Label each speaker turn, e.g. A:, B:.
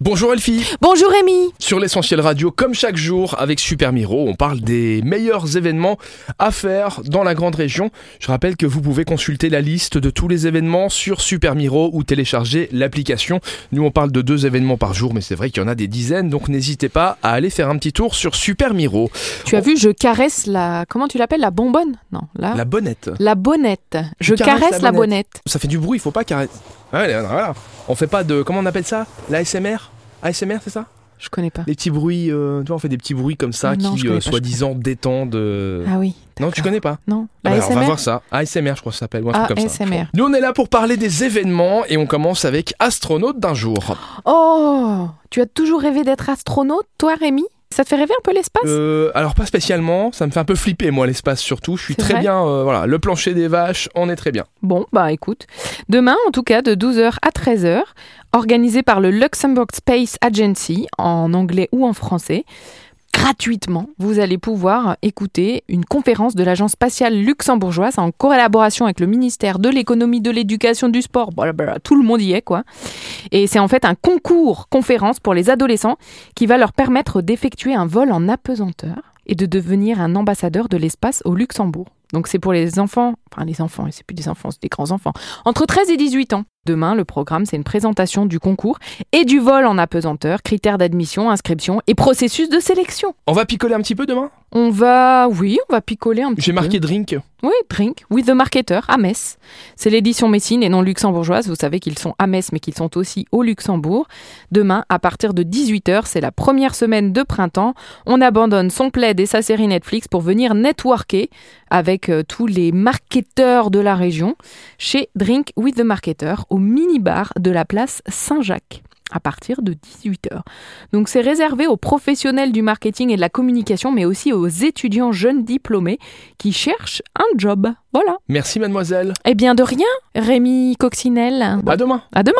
A: Bonjour Elfie
B: Bonjour Rémi
A: Sur l'essentiel radio, comme chaque jour, avec Super Miro, on parle des meilleurs événements à faire dans la grande région. Je rappelle que vous pouvez consulter la liste de tous les événements sur Super Miro ou télécharger l'application. Nous, on parle de deux événements par jour, mais c'est vrai qu'il y en a des dizaines, donc n'hésitez pas à aller faire un petit tour sur Super Miro.
B: Tu as vu, je caresse la... Comment tu l'appelles La bonbonne Non, là. La...
A: La bonnette.
B: bonnette. Je
A: caresses
B: caresse,
A: la
B: la, bonnette.
A: Ça fait du bruit, il faut pas carrément. voilà. On fait pas de. Comment on appelle ça L'ASMR ASMR, c'est ça
B: Je connais pas.
A: Les petits bruits, euh, tu vois, on fait des petits bruits comme ça
B: Non, je
A: qui,
B: connais
A: euh,
B: pas, je
A: soi-disant, détendent. euh,
B: Ah oui.
A: non, tu connais pas
B: Non.
A: Ah
B: La
A: bah, On va
B: ASMR
A: voir ça. ASMR, je crois que ça s'appelle. ou un truc comme ça.
B: ASMR.
A: Nous, on est là pour parler des événements et on commence avec Astronaute d'un jour.
B: Oh Tu as toujours rêvé d'être astronaute, toi Rémi Ça te fait rêver un peu l'espace
A: Euh, alors, pas spécialement, ça me fait un peu flipper, moi, l'espace surtout. Je suis
B: C'est
A: très
B: vrai
A: bien, euh, voilà, le plancher des vaches, on est très bien.
B: Bon, bah écoute. Demain, en tout cas, de 12h à 13h, organisé par le Luxembourg Space Agency, en anglais ou en français, gratuitement, vous allez pouvoir écouter une conférence de l'Agence spatiale luxembourgeoise en collaboration avec le ministère de l'économie, de l'éducation, du sport, blablabla, tout le monde y est quoi. Et c'est en fait un concours conférence pour les adolescents qui va leur permettre d'effectuer un vol en apesanteur et de devenir un ambassadeur de l'espace au Luxembourg. Donc c'est pour les enfants, enfin les enfants, et c'est plus des enfants, c'est des grands-enfants, entre 13 et 18 ans. Demain, le programme, c'est une présentation du concours et du vol en apesanteur, critères d'admission, inscription et processus de sélection.
A: On va picoler un petit peu demain
B: On va, oui, on va picoler un petit
A: J'ai
B: peu.
A: marqué drink.
B: Oui, Drink, with the Marketer, à Metz. C'est l'édition Messine et non luxembourgeoise. Vous savez qu'ils sont à Metz, mais qu'ils sont aussi au Luxembourg. Demain, à partir de 18h, c'est la première semaine de printemps. On abandonne son plaid et sa série Netflix pour venir networker avec euh, tous les marketeurs de la région chez Drink with the Marketer au minibar de la place Saint-Jacques à partir de 18h. Donc c'est réservé aux professionnels du marketing et de la communication, mais aussi aux étudiants jeunes diplômés qui cherche un job. Voilà.
A: Merci, mademoiselle.
B: Eh bien, de rien, Rémi Coccinelle.
A: À demain.
B: À demain.